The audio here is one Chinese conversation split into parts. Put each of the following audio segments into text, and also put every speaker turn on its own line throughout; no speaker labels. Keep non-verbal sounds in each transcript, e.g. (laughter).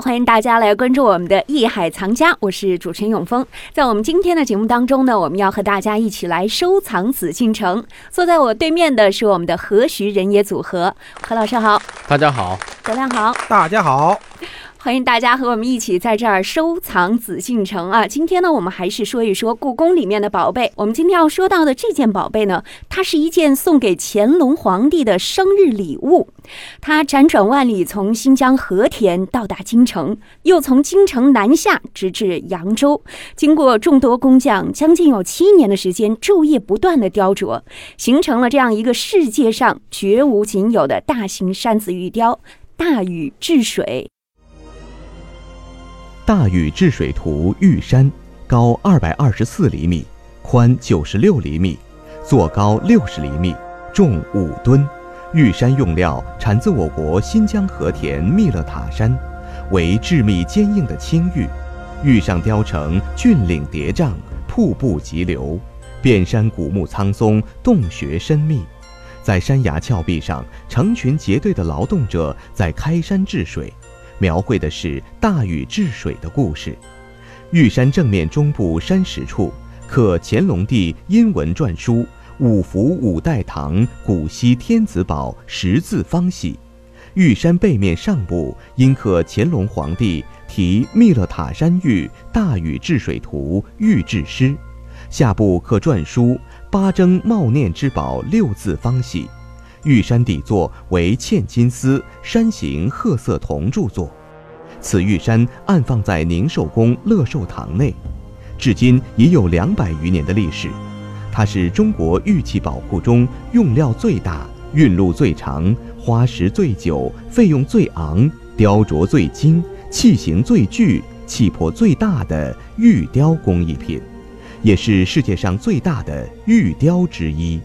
欢迎大家来关注我们的《艺海藏家》，我是主持人永峰。在我们今天的节目当中呢，我们要和大家一起来收藏紫禁城。坐在我对面的是我们的何徐人也组合，何老师好，
大家好，
德亮好，
大家好，
欢迎大家和我们一起在这儿收藏紫禁城啊！今天呢，我们还是说一说故宫里面的宝贝。我们今天要说到的这件宝贝呢，它是一件送给乾隆皇帝的生日礼物。它辗转万里，从新疆和田到达京城，又从京城南下直至扬州，经过众多工匠，将近有七年的时间，昼夜不断的雕琢，形成了这样一个世界上绝无仅有的大型山紫玉雕——大禹治水。
大禹治水图玉山，高二百二十四厘米，宽九十六厘米，座高六十厘米，重五吨。玉山用料产自我国新疆和田密勒塔山，为致密坚硬的青玉，玉上雕成峻岭叠嶂、瀑布急流，遍山古木苍松、洞穴深密。在山崖峭壁上，成群结队的劳动者在开山治水。描绘的是大禹治水的故事。玉山正面中部山石处刻乾隆帝殷文篆书“五福五代堂古稀天子宝十字方玺”。玉山背面上部因刻乾隆皇帝题“密勒塔山玉大禹治水图”御制诗，下部刻篆书“八征茂念之宝六字方玺”。玉山底座为嵌金丝山形褐色铜铸作，此玉山安放在宁寿宫乐寿堂内，至今已有两百余年的历史。它是中国玉器宝库中用料最大、运路最长、花时最久、费用最昂、雕琢最精、器形最巨、气魄最大的玉雕工艺品，也是世界上最大的玉雕之一。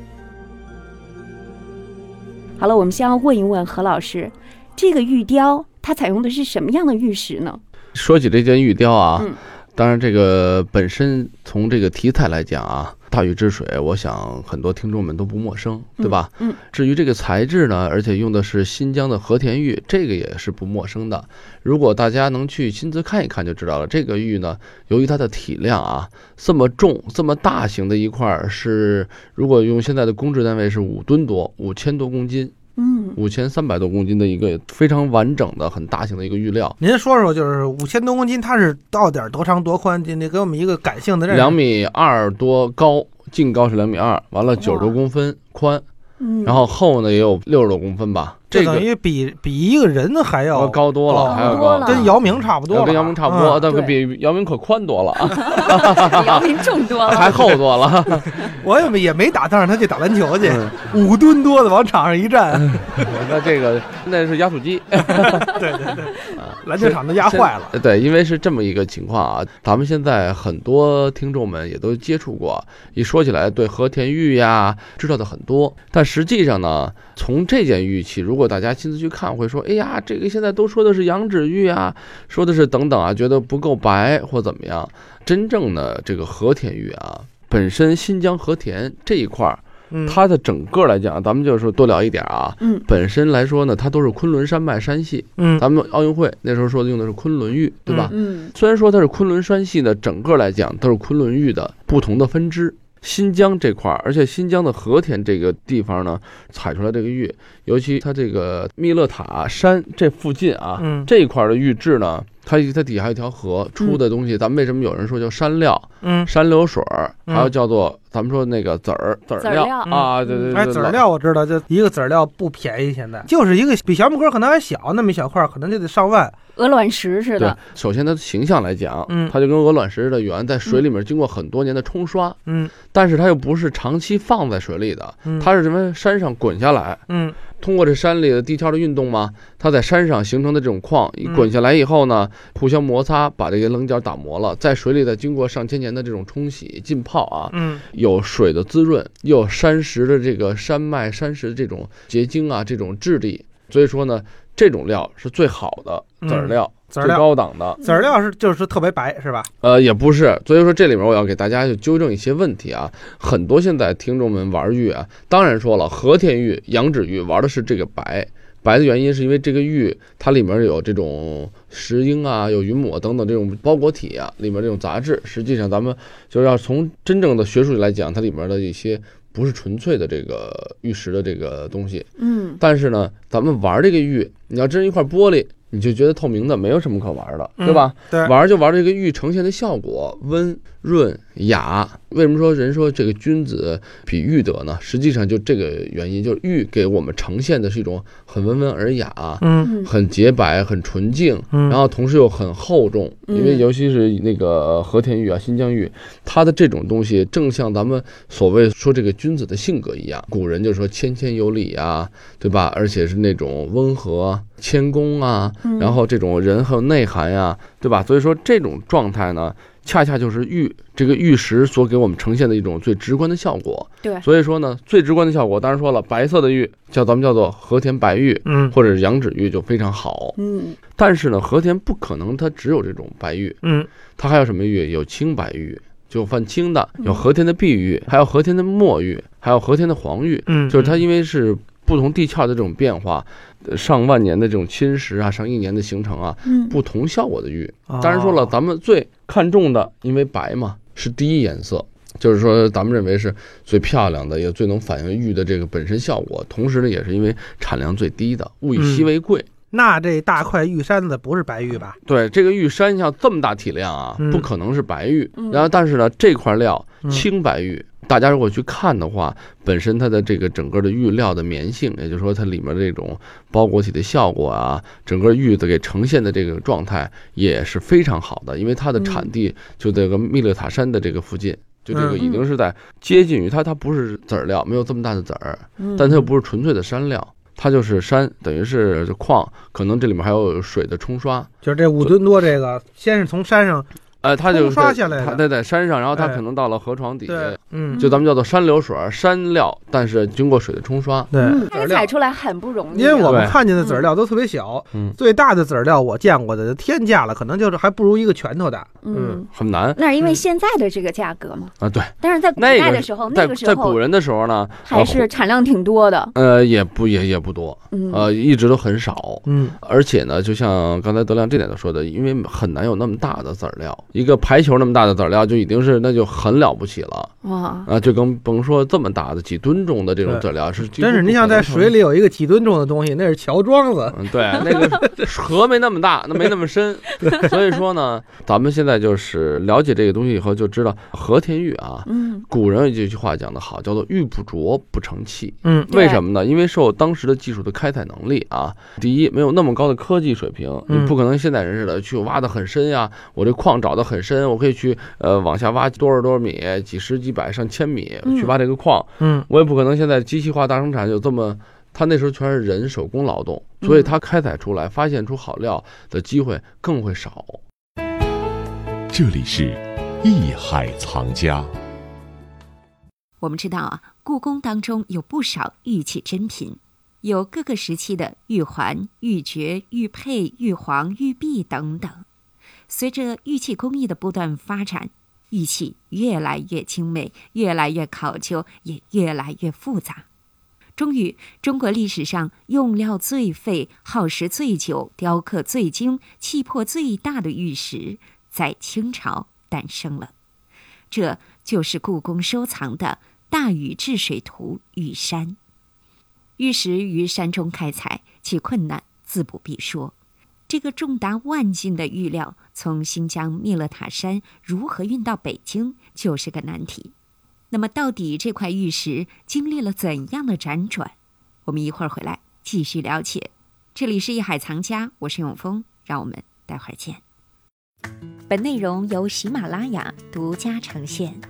好了，我们先要问一问何老师，这个玉雕它采用的是什么样的玉石呢？
说起这件玉雕啊，
嗯
当然这个本身从这个题材来讲啊，大禹治水，我想很多听众们都不陌生，对吧？
嗯嗯
至于这个材质呢，而且用的是新疆的和田玉，这个也是不陌生的。如果大家能去亲自看一看就知道了。这个玉呢，由于它的体量啊这么重、这么大型的一块儿是，如果用现在的公制单位是五吨多，五千多公斤，
嗯，
五千三百多公斤的一个非常完整的、很大型的一个玉料。
您说说，就是五千多公斤，它是到底儿多长多宽？您得给我们一个感性的认识。
两米二多高，净高是两米二，完了九十多公分宽，
嗯 (laughs)
然后厚呢也有六十多公分吧，
这
这
等
个
于比比一个人还要，
高多了，
高
还要
多
高
了，
跟姚明差不多了，
跟姚明差不多，
嗯
但可
对
比姚明可宽多了啊，
比姚明重多了。
还厚多了。 (laughs)
我也没也没打算让他去打篮球去，
嗯
五吨多的往场上一站，
那这个那是压缩机，
对对对，
啊
篮球场都压坏了。
呃对，因为是这么一个情况啊，咱们现在很多听众们也都接触过，一说起来对和田玉呀知道的很多，但实际上呢，从这件玉器，如果大家亲自去看，会说，哎呀，这个现在都说的是羊脂玉啊，说的是等等啊，觉得不够白或怎么样。真正的这个和田玉啊，本身新疆和田这一块儿，
嗯，
它的整个来讲，咱们就是说多聊一点啊。
嗯
本身来说呢，它都是昆仑山脉山系，
嗯
咱们奥运会那时候说的用的是昆仑玉，对吧？
嗯
虽然说它是昆仑山系的，整个来讲都是昆仑玉的不同的分支。新疆这块儿，而且新疆的和田这个地方呢，采出来这个玉，尤其它这个密勒塔山这附近啊，
嗯
这一块儿的玉质呢，它它底下还有一条河出的东西，咱们为什么有人说叫山料、
嗯，
山流水儿，
嗯
还有叫做咱们说那个籽儿
籽
籽儿
儿
料
料嗯
啊？对对对，
哎，
对
籽儿料我知道，就一个籽儿料不便宜，现在就是一个比小拇哥可能还小那么一小块儿，可能就得上万。
鹅卵石似
对
的，，
首先它的形象来讲，
嗯
它就跟鹅卵石似的圆，在水里面经过很多年的冲刷，
嗯，
但是它又不是长期放在水里的，
嗯
它是什么山上滚下来，
嗯
通过这山里的地壳的运动嘛，它在山上形成的这种矿，一
嗯
滚下来以后呢，互相摩擦，把这个棱角打磨了，在水里再经过上千年的这种冲洗浸泡啊，
嗯
有水的滋润，又有山石的这个山脉山石的这种结晶啊，这种质地，所以说呢，这种料是最好的
嗯
籽儿料，
籽儿
最
料
高档的。
籽儿料是就是说特别白是吧？
呃，也不是，所以说这里面我要给大家就纠正一些问题啊。很多现在听众们玩玉啊，当然说了，和田玉、羊脂玉玩的是这个白，白的原因是因为这个玉它里面有这种石英啊、有云母等等这种包裹体啊，里面这种杂质，实际上咱们就是要从真正的学术来讲，它里面的一些不是纯粹的这个玉石的这个东西。
嗯
但是呢，咱们玩这个玉，你要真一块玻璃，你就觉得透明的没有什么可玩的，对吧？
对，
玩就玩这个玉呈现的效果，温润雅。为什么说人说这个君子比玉德呢？实际上就这个原因，就是玉给我们呈现的是一种很温文尔雅、
嗯
嗯
很洁白、很纯净，
嗯，
然后同时又很厚重。
嗯
因为尤其是那个和田玉啊、新疆玉，它的这种东西，正像咱们所谓说这个君子的性格一样，古人就说谦谦有礼啊，对吧？而且是那种温和、谦恭啊，
嗯
然后这种人很有内涵呀、对吧？所以说这种状态呢，恰恰就是玉这个玉石所给我们呈现的一种最直观的效果。
对
所以说呢，最直观的效果，当然说了，白色的玉叫咱们叫做和田白玉
嗯
或者是羊脂玉就非常好。
嗯
但是呢，和田不可能它只有这种白玉，
嗯
它还有什么玉？有青白玉，就泛青的，
嗯
有和田的碧玉，还有和田的墨玉，还有和田的黄玉。
嗯，
就是它因为是不同地壳的这种变化，呃上万年的这种侵蚀啊，上亿年的形成啊，
嗯
不同效果的玉。
哦
当然说了，咱们最看重的，因为白嘛是第一颜色，就是说咱们认为是最漂亮的，也最能反映玉的这个本身效果。同时呢，也是因为产量最低的，物以稀
嗯
为贵。
那这大块玉山子不是白玉吧？
对这个玉山像这么大体量啊，
嗯
不可能是白玉。
嗯
然后，但是呢，这块料
嗯
青白玉，大家如果去看的话，本身它的这个整个的玉料的棉性，也就是说它里面这种包裹体的效果啊，整个玉的给呈现的这个状态也是非常好的，因为
嗯
它的产地就这个密勒塔山的这个附近。就这个
嗯
已经是在接近于它，它不是籽儿料，没有这么大的籽儿，
嗯
但它又不是纯粹的山料，它就是山，等于是矿，可能这里面还有水的冲刷，
就是这五吨多这个，先是从山上，
呃，它就是
冲刷
在
下来的
它它在山上，然后它
哎
可能到了河床底下，
对，嗯，
就咱们叫做山流水、山料，但是经过水的冲刷，
对，
嗯，它
籽料
采出来很不容易
因
啊，
为我们
对
看见的籽料都特别小，
嗯
最大的籽料我见过的天价了，可能就是还不如一个拳头大。
嗯，
很难
那是因为
嗯
现在的这个价格嘛，
啊。对，
但是在古
那
代
个
的时候，哦那
在
个时
在古哦
候
人的时候呢，啊
还是产量挺多的，
呃，也不也也不多，
嗯
呃，一直都很少。
嗯
而且呢，就像刚才德亮这点都说的，因为很难有那么大的籽儿料，一个排球那么大的籽儿料就已经是那就很了不起了
哇，
啊，就更甭说这么大的几吨重的这种籽儿料是几乎
真是，
不
你
可
想在
能成
水里有一个几吨重的东西，那是乔庄子。
(laughs) 嗯，对，那个河没那么大，那没那
(laughs)
么深，所以说呢，咱们现在就是了解这个东西以后，就知道和田玉啊，
嗯
古人有一句话讲得好，叫做“玉不琢不成器”。
嗯
对
为什么呢？因为受当时的技术的开采能力啊，第一没有那么高的科技水平，你
嗯
不可能现代人似的去挖得很深呀、我这矿找得很深，我可以去呃往下挖多少多少米，几十几百上千米
嗯
去挖这个矿。
嗯
我也不可能现在机器化大生产就这么，他那时候全是人手工劳动，
嗯
所以他开采出来、发现出好料的机会更会少。
这里是艺海藏家。
我们知道啊，故宫当中有不少玉器珍品，有各个时期的玉环、玉珏、玉佩、玉璜、玉璧等等。随着玉器工艺的不断发展，玉器越来越精美，越来越考究，也越来越复杂。终于，中国历史上用料最费、耗时最久、雕刻最精、气魄最大的玉石，在清朝诞生了。这就是故宫收藏的大禹治水图玉山。玉石于山中开采，其困难自不必说。这个重达万斤的玉料从新疆密勒塔山如何运到北京，就是个难题。那么，到底这块玉石经历了怎样的辗转？我们一会儿回来继续了解。这里是《艺海藏家》，我是永峰，让我们待会儿见。本内容由喜马拉雅独家呈现。